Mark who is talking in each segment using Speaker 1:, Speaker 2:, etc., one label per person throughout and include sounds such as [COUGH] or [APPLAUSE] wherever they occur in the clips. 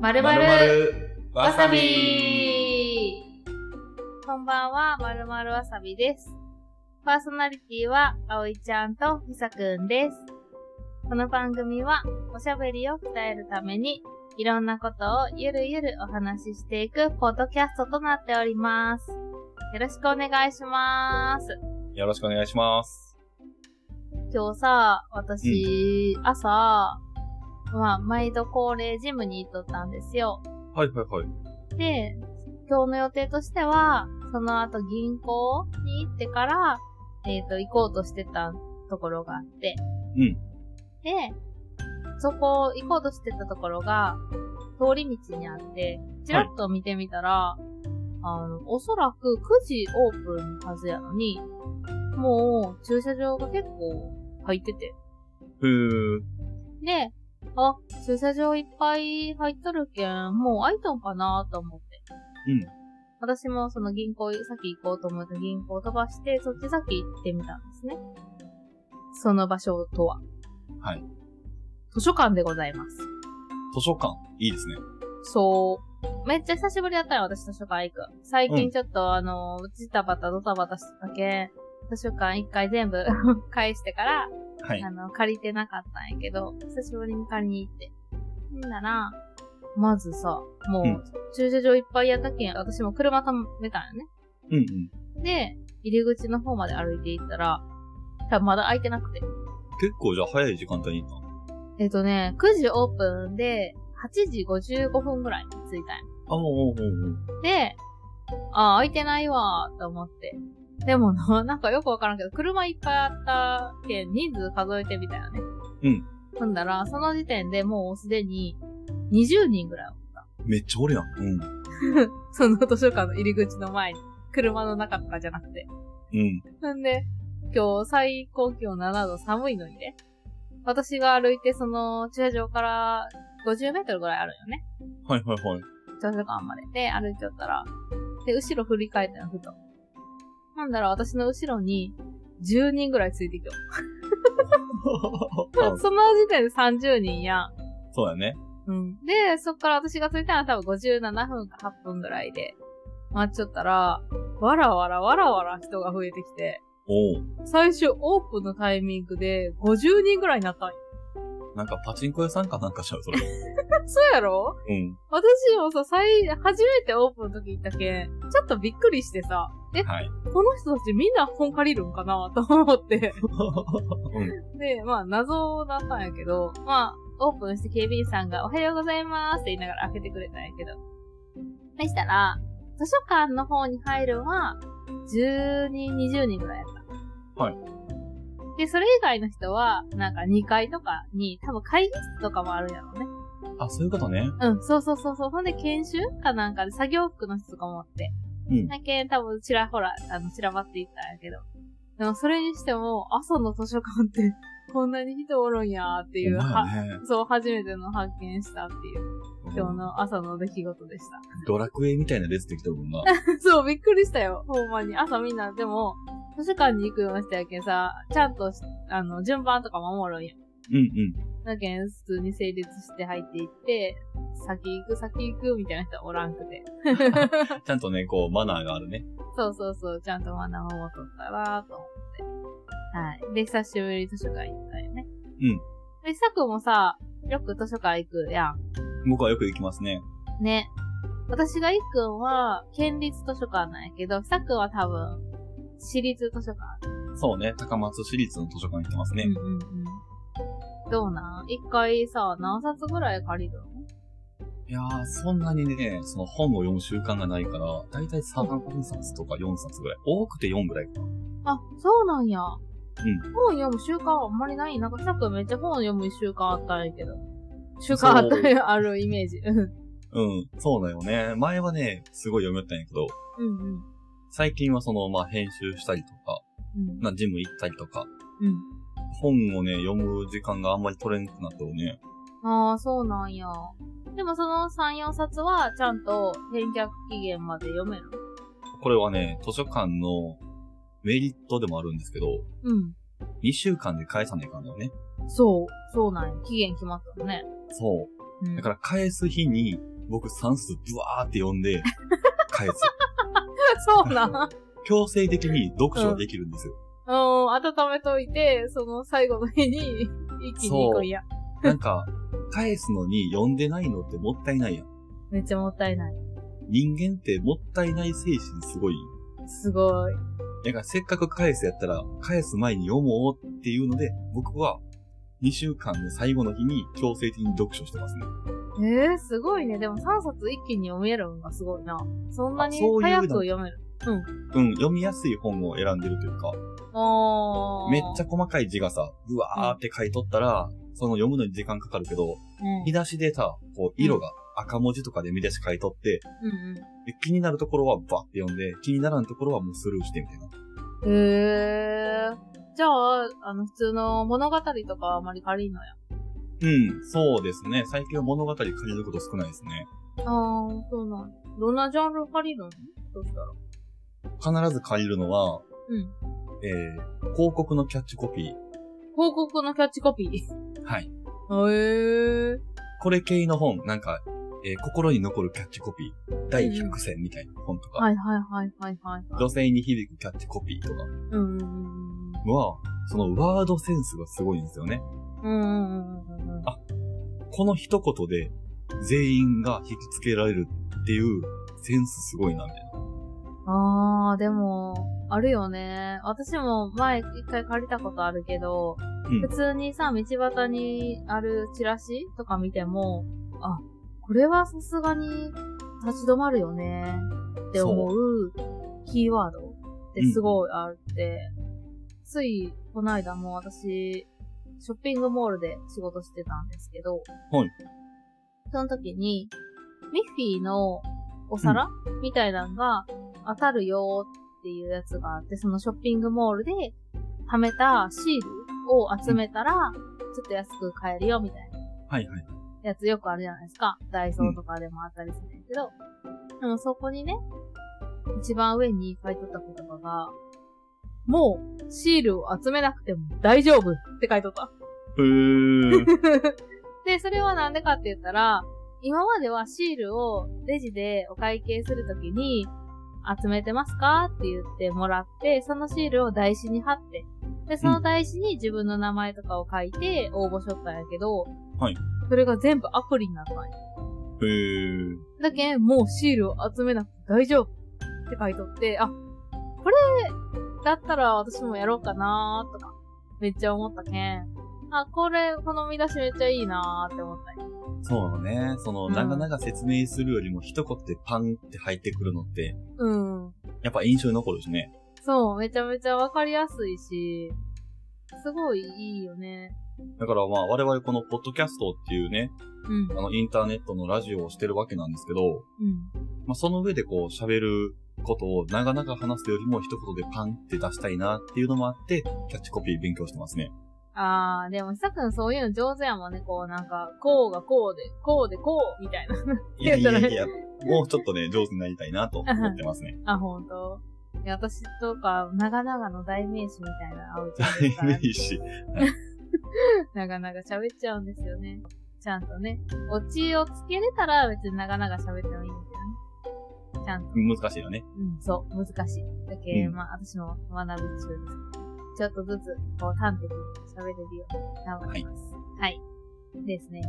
Speaker 1: まるま
Speaker 2: ま
Speaker 1: る
Speaker 2: る
Speaker 1: わさびこんばんは、まるまるわさびです。パーソナリティは、あおいちゃんとひさくんです。この番組は、おしゃべりを鍛えるために、いろんなことをゆるゆるお話ししていくポッドキャストとなっております。よろしくお願いします。
Speaker 2: よろしくお願いします。
Speaker 1: 今日さ、私、朝、まあ、毎度恒例ジムに行っとったんですよ。
Speaker 2: はいはいはい。
Speaker 1: で、今日の予定としては、その後銀行に行ってから、えっ、と、行こうとしてたところがあって。
Speaker 2: うん
Speaker 1: で、そこ行こうとしてたところが、通り道にあって、ちらっと見てみたら、あの、おそらく9時オープンのはずやのに、もう駐車場が結構入ってて。
Speaker 2: ふー。
Speaker 1: で、あ、駐車場いっぱい入っとるけん、もう開いとんかなと思って。
Speaker 2: うん。
Speaker 1: 私もその銀行、先行こうと思って銀行飛ばして、そっち先行ってみたんですね。その場所とは。
Speaker 2: はい。
Speaker 1: 図書館でございます。
Speaker 2: 図書館。いいですね。
Speaker 1: そう。めっちゃ久しぶりだったよ、私図書館行く。最
Speaker 2: う
Speaker 1: 近
Speaker 2: ん
Speaker 1: ちょっと、あの、ジタバタドタバタしてたけん、図書館一回全部 [LAUGHS] 返してから、
Speaker 2: はい
Speaker 1: あ。の、借りてなかったんやけど、久しぶりに借りに行って。んなら、まずさ、も
Speaker 2: うん
Speaker 1: う、駐車場いっぱいやったけん、私も車止めたんよね。
Speaker 2: うんうん。
Speaker 1: で、入り口の方まで歩いていったら、多分まだ開いてなくて。
Speaker 2: 結構じゃあ早い時間帯に行っ
Speaker 1: えっ、とね、9時オープンで、8時55分ぐらいに着いたんよ
Speaker 2: た。あ、おうおうおうおう。
Speaker 1: で、あー、開いてないわーと思って。でも [LAUGHS] な、なんかよくわからんけど、車いっぱいあったけん、人数数えてみたよね。
Speaker 2: うん。
Speaker 1: ほんだら、その時点でもうすでに、20人ぐらいおった。
Speaker 2: めっちゃおるやん。うん。
Speaker 1: その図書館の入り口の前に。車の中とかじゃなくて。
Speaker 2: うん。
Speaker 1: なんで、今日最高気温7度寒いのにね。私が歩いてその駐車場から50メートルぐらいあるんよね。
Speaker 2: はいはい [LAUGHS] はい。
Speaker 1: 駐車館まで。で、歩いちゃったら。で、後ろ振り返ったよ、ふと。なんだろう、私の後ろに10人ぐらいついてきよ。 [LAUGHS] その時点で30人やん。
Speaker 2: そうだね。
Speaker 1: うん。で、そっから私がついたのは多分57分か8分ぐらいで待っちゃったら、わらわらわらわら人が増えてきて。
Speaker 2: おう。
Speaker 1: 最終オープンのタイミングで50人ぐらいになったんよ。
Speaker 2: なんかパチンコ屋さんかなんかしちゃう、それ。
Speaker 1: そうやろ
Speaker 2: うん。
Speaker 1: 私もさ、最、初めてオープンの時行ったけん、ちょっとびっくりしてさ、え、
Speaker 2: [LAUGHS] はい。
Speaker 1: この人たちみんな本借りるんかなと思って。 [LAUGHS]
Speaker 2: うん。
Speaker 1: で、まあ、謎だったんやけど、まあ、オープンして警備員さんがおはようございますって言いながら開けてくれたんやけど。そしたら、図書館の方に入るんは、10人、20人ぐらいやった。
Speaker 2: はい。
Speaker 1: で、それ以外の人は、なんか2階とかに、多分会議室とかもあるんやろうね。
Speaker 2: あ、そういうことね。
Speaker 1: うん、そうそうそうそう。ほんで、研修かなんかで作業服の人とかもおって。
Speaker 2: うん。
Speaker 1: だけ多分ちらほら、あの、散らばっていったんやけど。でも、それにしても、朝の図書館って、 [LAUGHS] こんなに人おるんやーっていう、
Speaker 2: ほんま
Speaker 1: は
Speaker 2: やね。
Speaker 1: そう、初めての発見したっていう、今日
Speaker 2: うん
Speaker 1: の朝の出来事でした。
Speaker 2: ドラクエみたいな列できてるも [LAUGHS] んな。
Speaker 1: そう、びっくりした [LAUGHS] よ、ほんまに。朝みんな、でも、図書館に行くようにしたやけんさ、ちゃんとし、あの、順番とか守るんや。
Speaker 2: うんうん。
Speaker 1: だけん、普通に成立して入っていって、先行く、先行く、みたいな人おらんくて。
Speaker 2: ちゃんとね、こう、マナーがあるね。
Speaker 1: そうそうそう、ちゃんとマナーを守っとったなと思って。はい。で、久しぶりに図書館行ったよね。
Speaker 2: うん。
Speaker 1: で、さくもさ、よく図書館行くやん。
Speaker 2: 僕はよく行きますね。
Speaker 1: ね。私がいっくんは、県立図書館なんやけど、さくんは多分、私立図書館。
Speaker 2: そうね、高松市立の図書館行ってますね。
Speaker 1: うんうんうん。どうなん一回さ、何冊ぐらい借りるの
Speaker 2: いやー、そんなにね、その本を読む習慣がないから、だいたい3冊とか4冊ぐらい。多くて4ぐらいかな。
Speaker 1: あ、そうなんや。
Speaker 2: ん
Speaker 1: 本読む習慣はあんまりない。なんかさくんめっちゃ本読む習慣あったんやけど。習慣あったんや、あるイメージ。うん。
Speaker 2: うん、そうだよね。前はね、すごい読みよったんやけど、
Speaker 1: うんうん。
Speaker 2: 最近はその、まあ、編集したりとか、
Speaker 1: うん
Speaker 2: な、ジム行ったりとか、
Speaker 1: うん。
Speaker 2: 本をね、読む時間があんまり取れなくなったよね。
Speaker 1: ああ、そうなんや。でもその3、4冊はちゃんと返却期限まで読める。
Speaker 2: これはね、図書館のメリットでもあるんですけど、
Speaker 1: うん。
Speaker 2: 2週間で返さないかんだよね。
Speaker 1: そう。そうなんや。期限決まったのね。
Speaker 2: そう。
Speaker 1: うん。
Speaker 2: だから返す日に僕3冊ブワーって読んで、返 [LAUGHS] す。
Speaker 1: [LAUGHS] そうなん。
Speaker 2: 強制的に読書ができるんですよ。
Speaker 1: うん、温めといて、その最後の日 [LAUGHS] に、一気に行くんや。
Speaker 2: なんか、返すのに読んでないのってもったいないやん。
Speaker 1: めっちゃもったいない。
Speaker 2: 人間ってもったいない精神すごい。
Speaker 1: すごい。
Speaker 2: だからせっかく返すやったら、返す前に読もうっていうので、僕は2週間の最後の日に強制的に読書してますね。
Speaker 1: えー、すごいね。でも3冊一気に読めるのがすごいな。そんなに
Speaker 2: あそういう
Speaker 1: 早く
Speaker 2: の
Speaker 1: 読める。
Speaker 2: うん、読みやすい本を選んでるというか、
Speaker 1: あー。
Speaker 2: めっちゃ細かい字がさ、うわーって書いとったら、その読むのに時間かかるけど、
Speaker 1: うん
Speaker 2: 見出しでさ、こう、色が赤文字とかで見出し書いとって、
Speaker 1: うん
Speaker 2: で気になるところはバッて読んで、気にならんところはもうスルーしてみたいな。
Speaker 1: うん。へえー。じゃあ、あの、普通の物語とかはあまり借りんのや。
Speaker 2: うん、そうですね。最近は物語借りること少ないですね。
Speaker 1: あー、そうなんだどんなジャンル借りるのどうしたら。
Speaker 2: 必ず借りるのは、
Speaker 1: うん。
Speaker 2: えー、広告のキャッチコピ
Speaker 1: 広告のキャッチコピー。
Speaker 2: ー。はい。
Speaker 1: へえー。
Speaker 2: これ系の本、なんか、えー心に残るキャッチコピー、第100選みたいな本とか、
Speaker 1: はいはいはいはいはい。
Speaker 2: 女性に響くキャッチコピーとか
Speaker 1: うんうん
Speaker 2: は、そのワードセンスがすごいんですよね。
Speaker 1: うんうん。うんうんうんうんうん。
Speaker 2: あこの一言で全員が引きつけられるっていうセンスすごいな、みたいな。
Speaker 1: あー、でも、あるよね。私も前一回借りたことあるけど、
Speaker 2: うん
Speaker 1: 普通にさ、道端にあるチラシとか見ても、あ、これはさすがに立ち止まるよねって思うキーワードってすごいあって、ついこの間も私、ショッピングモールで仕事してたんですけど、
Speaker 2: はい
Speaker 1: その時に、ミッフィーのお皿、みたいなのが当たるよっていうやつがあって、そのショッピングモールで貯めたシールを集めたら、ちょっと安く買えるよみたいな
Speaker 2: はいはい。
Speaker 1: やつよくあるじゃないですか。ダイソーとかでもあったりするんですけど、でもそこにね、一番上に書いとった言葉が、もうシールを集めなくても大丈夫って書いとった。 [LAUGHS]
Speaker 2: へー。
Speaker 1: で、それはなんでかって言ったら、今まではシールをレジでお会計するときに、集めてますかって言ってもらって、そのシールを台紙に貼って、で、その台紙に自分の名前とかを書いて応募しとったんやけど、
Speaker 2: はい
Speaker 1: それが全部アプリになったんや。
Speaker 2: へー。
Speaker 1: だけん、もうシールを集めなくて大丈夫って書いとって、あ、これだったら私もやろうかなーとか、めっちゃ思ったけん、あ、これ、この見出しめっちゃいいなーって思ったんや
Speaker 2: そうね。その、
Speaker 1: うん
Speaker 2: 長々説明するよりも一言でパンって入ってくるのって、
Speaker 1: うん。
Speaker 2: やっぱ印象に残るしね。
Speaker 1: そう、めちゃめちゃわかりやすいし、すごいいいよね。
Speaker 2: だからまあ、我々このポッドキャストっていうね、
Speaker 1: うん。
Speaker 2: あの、インターネットのラジオをしてるわけなんですけど、
Speaker 1: うん。
Speaker 2: まあ、その上でこう、喋ることを長々話すよりも一言でパンって出したいなっていうのもあって、キャッチコピー勉強してますね。
Speaker 1: あー、でも、ひさくんそういうの上手やもんね。こう、なんか、こうがこうで、こうでこう、みたいな。
Speaker 2: いやいやいや、もうちょっとね、上手になりたいなと思ってますね。
Speaker 1: あ、ほんと。いや、私とか、長々の代名詞みたいな、あおちゃん
Speaker 2: 代
Speaker 1: とか
Speaker 2: [LAUGHS] 名詞。
Speaker 1: 長々喋っちゃうんですよね。ちゃんとね。オチをつけれたら、別に長々喋ってもいいんですよね。ちゃんと。
Speaker 2: 難しいよね。
Speaker 1: うん、そう、難しい。だけ、
Speaker 2: うん
Speaker 1: まあ、私も学び中です。ちょっとずつ、こう、端的に喋れるように頑張ります。はい。ですね。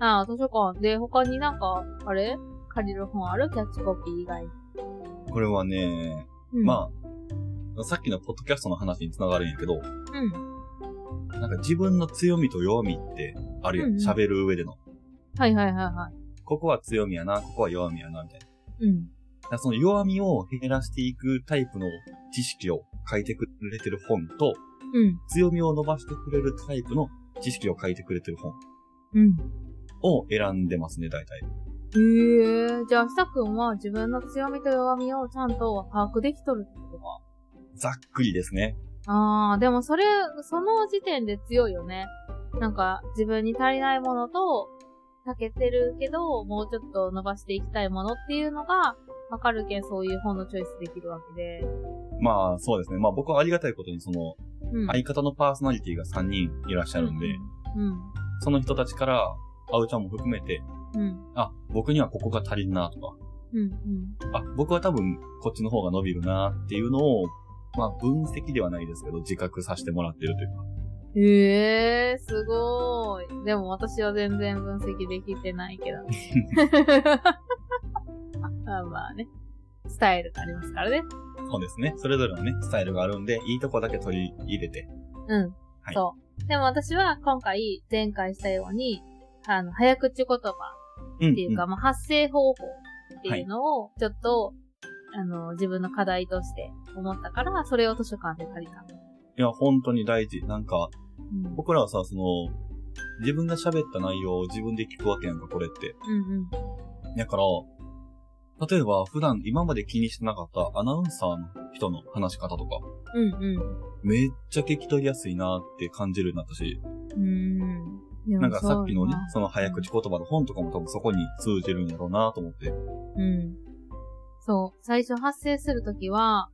Speaker 1: ああ、図書館。で、他になんか、あれ借りる本あるキャッチコピー以外に。
Speaker 2: これはね、
Speaker 1: うん、
Speaker 2: まあ、さっきのポッドキャストの話につながるんやけ
Speaker 1: あ。
Speaker 2: ど、
Speaker 1: うん。
Speaker 2: なんか自分の強みと弱みってあるやん
Speaker 1: うん。うん
Speaker 2: 喋る上での。
Speaker 1: はいはいはいは
Speaker 2: ここは強みやな、ここは弱みやな、みたいな。
Speaker 1: い。うん。
Speaker 2: だからその弱みを減らしていくタイプの知識を書いてくれてる本と、
Speaker 1: うん。
Speaker 2: 強みを伸ばしてくれるタイプの知識を書いてくれてる本
Speaker 1: うん。
Speaker 2: を選んでますね、大体。
Speaker 1: ええー、じゃあ、ひさくんは自分の強みと弱みをちゃんと把握できとるってことか。
Speaker 2: ざっくりですね。
Speaker 1: ああ、でもそれ、その時点で強いよね。なんか、自分に足りないものと、避けてるけど、もうちょっと伸ばしていきたいものっていうのが、わかるけん、そういう本のチョイスできるわけで。
Speaker 2: まあ、そうですね。まあ僕はありがたいことに、その、
Speaker 1: うん。
Speaker 2: 相方のパーソナリティが3人いらっしゃるんで、
Speaker 1: うん。
Speaker 2: その人たちから、あうちゃんも含めて、
Speaker 1: うん。
Speaker 2: あ、僕にはここが足りんなとか、
Speaker 1: うん。うん。
Speaker 2: あ、僕は多分こっちの方が伸びるなっていうのを、まあ分析ではないですけど、自覚させてもらってるというか。
Speaker 1: へえー、すごーい。でも私は全然分析できてないけどね。 [LAUGHS] まあまあね。スタイルがありますからね。
Speaker 2: そうですね。それぞれのね、スタイルがあるんで、いいとこだけ取り入れて。
Speaker 1: うん。
Speaker 2: はい
Speaker 1: そう。でも私は今回、前回したように、あの、早口言葉
Speaker 2: うん、
Speaker 1: っていうか、
Speaker 2: ん
Speaker 1: まあ、発声方法っていうのを、ちょっと、あの、自分の課題として思ったから、それを図書館で借りた。
Speaker 2: いや、本当に大事。なんか、
Speaker 1: うん。
Speaker 2: 僕らはさ、その、自分が喋った内容を自分で聞くわけやんか、これって。
Speaker 1: うん
Speaker 2: だから、例えば普段今まで気にしてなかったアナウンサーの人の話し方とか、
Speaker 1: うん。うんうん。
Speaker 2: めっちゃ聞き取りやすいなって感じるようになったし、
Speaker 1: うーん。でも
Speaker 2: なんかさっきのね
Speaker 1: そうや、
Speaker 2: その早口言葉の本とかも多分そこに通じるんだろうなと思って。
Speaker 1: なうん。そう。最初発声するときは、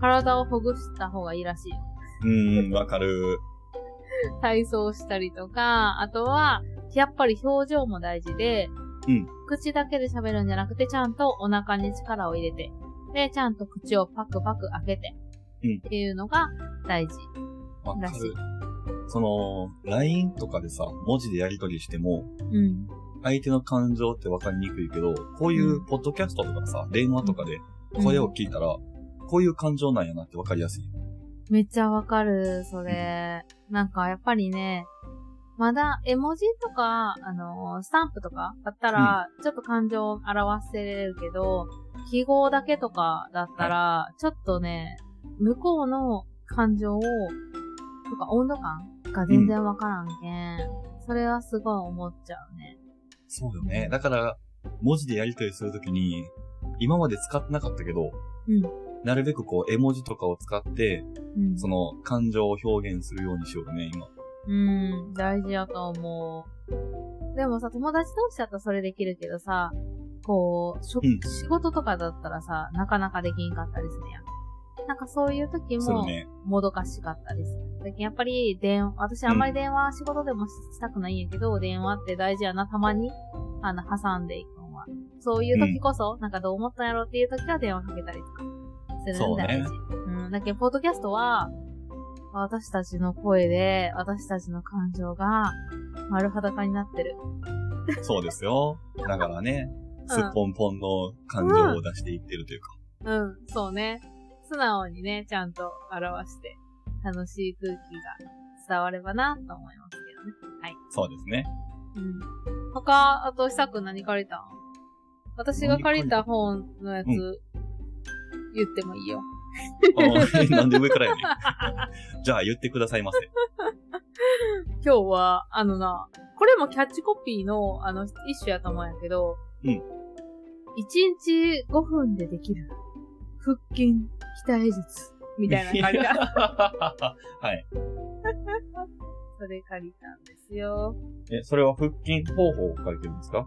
Speaker 1: 体をほぐした方がいいらしいよ。
Speaker 2: うーん、わかる。
Speaker 1: 体操したりとか、あとは、やっぱり表情も大事で、
Speaker 2: うん
Speaker 1: 口だけで喋るんじゃなくて、ちゃんとお腹に力を入れて、で、ちゃんと口をパクパク開けて、
Speaker 2: うん
Speaker 1: っていうのが大事。
Speaker 2: わか
Speaker 1: らしい
Speaker 2: る。その、LINE とかでさ、文字でやり取りしても、
Speaker 1: うん。
Speaker 2: 相手の感情ってわかりにくいけど、こういうポッドキャストとかさ、電話とかで声を聞いたら、こういう感情なんやなってわかりやすい。
Speaker 1: めっちゃわかる、それ。なんか、やっぱりね、まだ絵文字とか、あのースタンプとかだったら、ちょっと感情を表せれるけど、記号だけとかだったら、ちょっとね、向こうの感情を、とか温度感が全然わからんけん、それはすごい思っちゃうね。
Speaker 2: そうよね。だから、文字でやり取りするときに、今まで使ってなかったけど、
Speaker 1: うん
Speaker 2: なるべくこう、絵文字とかを使って、
Speaker 1: うん。
Speaker 2: その感情を表現するようにしようね、今。
Speaker 1: うん、大事やと思う。でもさ、友達同士だったらそれできるけどさ、こう、しょ
Speaker 2: うん
Speaker 1: 仕事とかだったらさ、なかなかできんかったりするやん。なんかそういう時
Speaker 2: そ
Speaker 1: も
Speaker 2: の、ね、
Speaker 1: もどかしかったりする。最近やっぱり、電私あんまり電話仕事でもししたくないんやけど、電話って大事やな、たまに、あの、挟んでいくのは。そういう時こそ、なんかどう思ったんやろっていう時は電話かけたりとか、する
Speaker 2: そ
Speaker 1: ん
Speaker 2: う
Speaker 1: だ
Speaker 2: ね
Speaker 1: ね。うん。だけど、ポッドキャストは、私たちの声で、私たちの感情が、丸裸になってる。
Speaker 2: そうですよ。だからね、
Speaker 1: ん
Speaker 2: すっぽんぽんの感情を出していってるというか。
Speaker 1: うん、そうね。素直にね、ちゃんと表して、楽しい空気が伝わればな、と思いますけどね。
Speaker 2: そうですね。
Speaker 1: うん。他、あと、久くん何借りたん私が借りた本のやつ、
Speaker 2: う
Speaker 1: 言ってもいいよ。
Speaker 2: あーなんで上からやね [LAUGHS]
Speaker 1: [LAUGHS]
Speaker 2: ん。じゃあ言ってくださいませ。
Speaker 1: 今日は、あのな、これもキャッチコピーの、あの、一種やと思うんやけど、
Speaker 2: うん。
Speaker 1: 1日5分でできる、腹筋、鍛え術、みたいなの借り
Speaker 2: [LAUGHS]
Speaker 1: た。
Speaker 2: はい。
Speaker 1: それ借りたんですよ。
Speaker 2: え、それは腹筋方法を書いてるんですか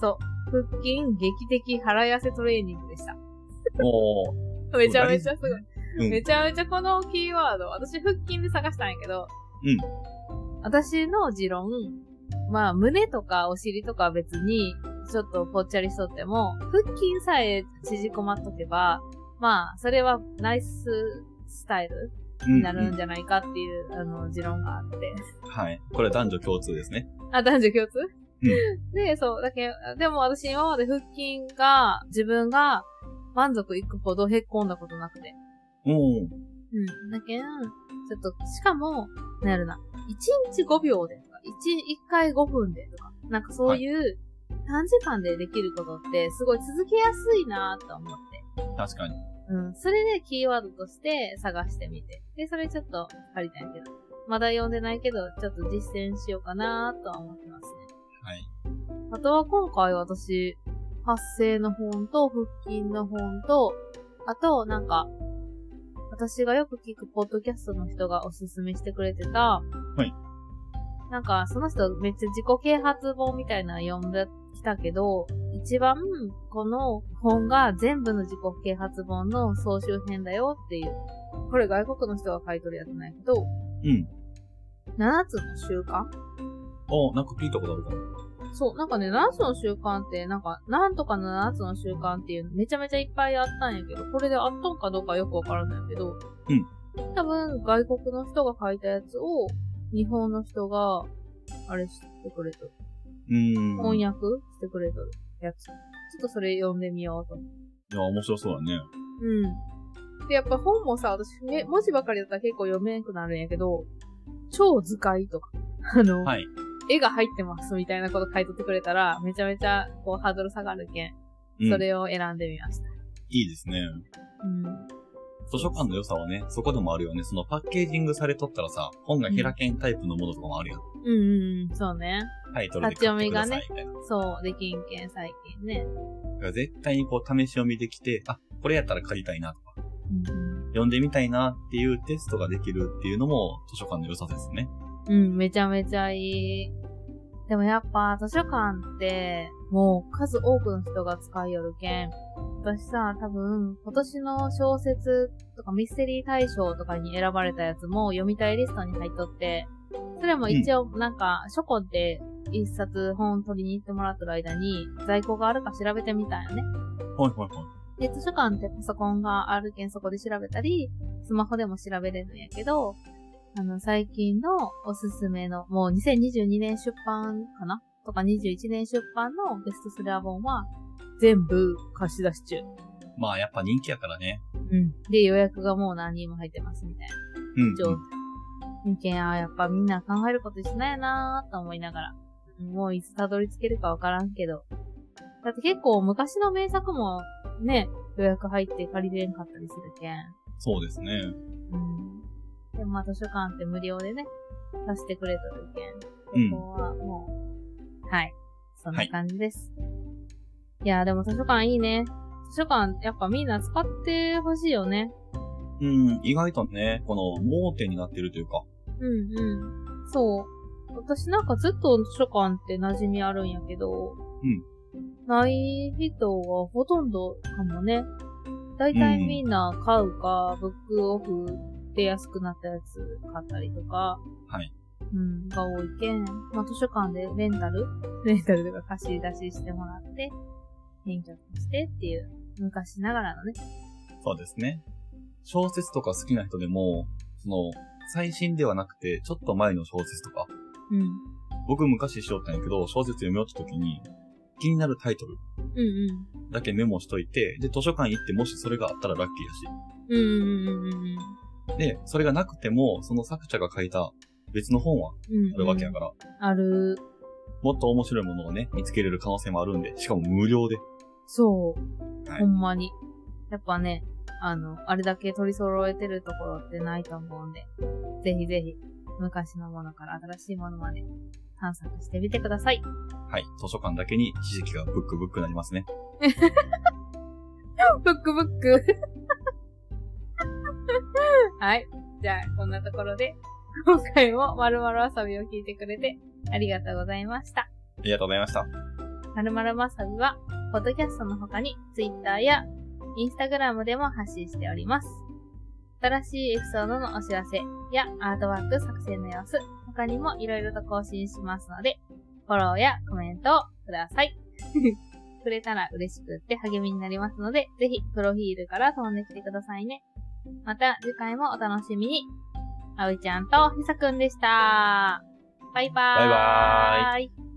Speaker 1: そう。腹筋、劇的腹痩せトレーニングでした。
Speaker 2: も
Speaker 1: めちゃめちゃすごい。
Speaker 2: う、うん。
Speaker 1: めちゃめちゃこのキーワード、私腹筋で探したんやけど、
Speaker 2: うん。
Speaker 1: 私の持論、まあ胸とかお尻とかは別に、ちょっとぽっちゃりしとっても、腹筋さえ縮こまっとけば、まあそれはナイススタイルになるん
Speaker 2: で。
Speaker 1: じゃないかっていう、あの、持論があって。
Speaker 2: はい。これは男女共通ですね。
Speaker 1: あ、男女共通、
Speaker 2: う
Speaker 1: で、そう、だけでも私今まで腹筋が、自分が満足いくほどへっこんだことなくて。
Speaker 2: うん。
Speaker 1: うん。だけん、ちょっと、しかも、なんやろな、1日5秒でとか、1、1回5分でとか、なんかそういう、短時間でできることって、すごい続けやすいなと思って。
Speaker 2: 確かに。
Speaker 1: うん。それでキーワードとして探してみて。で、それちょっと借りたんやけど。まだ読んでないけど、ちょっと実践しようかなとは思ってますね。
Speaker 2: はい。
Speaker 1: あとは今回私、発声の本と腹筋の本と、あとなんか、私がよく聞くポッドキャストの人がおすすめしてくれてた、
Speaker 2: い
Speaker 1: なんかその人めっちゃ自己啓発本みたいなの読んできたけど、一番この本が全部の自己啓発本の総集編だよっていう。これ外国の人が書いとるやつなんやけど、
Speaker 2: うん。
Speaker 1: 7つの習慣
Speaker 2: あ、なんか聞いたことあるかも。
Speaker 1: そう、なんかね、7つの習慣って、なんか、なんとかの7つの習慣っていうのめちゃめちゃいっぱいあったんやけど、これであっとんかどうかよくわからんのやけど、
Speaker 2: うん
Speaker 1: 多分、外国の人が書いたやつを、日本の人が、あれしてくれとる。
Speaker 2: うーん。
Speaker 1: 翻
Speaker 2: いや、
Speaker 1: 訳してくれとるやつ。ちょっとそれ読んでみようと思う。
Speaker 2: 面白そうだね。
Speaker 1: うん。で、やっぱ本もさ、私、め文字ばかりだったら結構読めんくなるんやけど、超図解とか、あの、
Speaker 2: はい。
Speaker 1: 絵が入ってますみたいなこと書いとってくれたら、めちゃめちゃ、こう、ハードル下がるけん。
Speaker 2: うん、
Speaker 1: それを選んでみました。
Speaker 2: いいですね。
Speaker 1: うん。
Speaker 2: 図書館の良さはね、そこでもあるよね。そのパッケージングされとったらさ、本が開けんタイプのものとかもあるやん。
Speaker 1: うんうんうん、そうね。
Speaker 2: タイトルで買ってくださいみたいな。
Speaker 1: そう、できんけん、最近ね。
Speaker 2: だから絶対にこう試し読みできて、あ、これやったら借りたいなとか、
Speaker 1: うん
Speaker 2: 読んでみたいなっていうテストができるっていうのも図書館の良さですね。
Speaker 1: うん、うん、めちゃめちゃいい。でもやっぱ、図書館って、もう数多くの人が使いよるけん。私さ、多分、今年の小説とかミステリー大賞とかに選ばれたやつも読みたいリストに入っとって、それも一応、なんか、書庫で一冊本取りに行ってもらってる間に、在庫があるか調べてみたんよね。
Speaker 2: はいはいはい。
Speaker 1: で、図書館ってパソコンがあるけんそこで調べたり、スマホでも調べれるんやけど、あの、最近のおすすめの、もう2022年出版かなとか21年出版のベストセラー本は、全部貸し出し中。
Speaker 2: まあやっぱ人気やからね。
Speaker 1: うん。で、予約がもう何人も入ってますみたいな
Speaker 2: うん。
Speaker 1: 状態。意見はやっぱみんな考えること一緒なんやなーと思いながら。うんもういつたどり着けるかわからんけど。だって結構昔の名作もね、予約入って借りれんかったりするけん。
Speaker 2: そうですね。
Speaker 1: うん。でもまあ図書館って無料でね、貸してくれたるけ
Speaker 2: うん
Speaker 1: ん。そこはもう、はい。そんな感じです。い、やーでも図書館いいね。図書館やっぱみんな使ってほしいよね。
Speaker 2: うん、意外とね、この盲点になってるというか。
Speaker 1: うんうん。そう。私なんかずっと図書館って馴染みあるんやけど、
Speaker 2: うん。
Speaker 1: ない人がほとんどかもね。だいたいみんな買うか、ブックオフで安くなったやつ買ったりとか、
Speaker 2: はい。
Speaker 1: うん、が多いけん。まあ、図書館でレンタル [LAUGHS] レンタルとか貸し出ししてもらって、返却してっていう、昔ながらのね。
Speaker 2: そうですね。小説とか好きな人でも、その、最新ではなくて、ちょっと前の小説とか、
Speaker 1: うん。
Speaker 2: 僕昔しよったんやけど、小説読み落ちた時に、気になるタイトル
Speaker 1: うんうん。
Speaker 2: だけメモしといて、で、図書館行ってもしそれがあったらラッキ
Speaker 1: う
Speaker 2: ーやし。
Speaker 1: んうんうんうんうん。
Speaker 2: で、それがなくても、その作者が書いた別の本は
Speaker 1: うん、うん。
Speaker 2: あるわけやから、
Speaker 1: ある。
Speaker 2: もっと面白いものをね、見つけれる可能性もあるんで、しかも無料で。
Speaker 1: そう。
Speaker 2: はい
Speaker 1: ほんまに。やっぱね、あの、あれだけ取り揃えてるところってないと思うんで、ぜひぜひ、昔のものから新しいものまで探索してみてください。
Speaker 2: はい。図書館だけにひじきがブックブックになりますね。
Speaker 1: ブックブック。 [LAUGHS] はい。じゃあ、こんなところで、今回もまるまるわさびを聞いてくれてありがとうございました。
Speaker 2: ありがとうございました。
Speaker 1: まるまるまさびは、ポッドキャストの他に、ツイッターや、インスタグラムでも発信しております。新しいエピソードのお知らせやアートワーク作成の様子、他にもいろいろと更新しますので、フォローやコメントをください。 [LAUGHS] くれたら嬉しくって励みになりますので、ぜひプロフィールから飛んできてくださいね。また次回もお楽しみに。あおいちゃんとひさくんでした。バイバーイ。
Speaker 2: バイバ
Speaker 1: イ。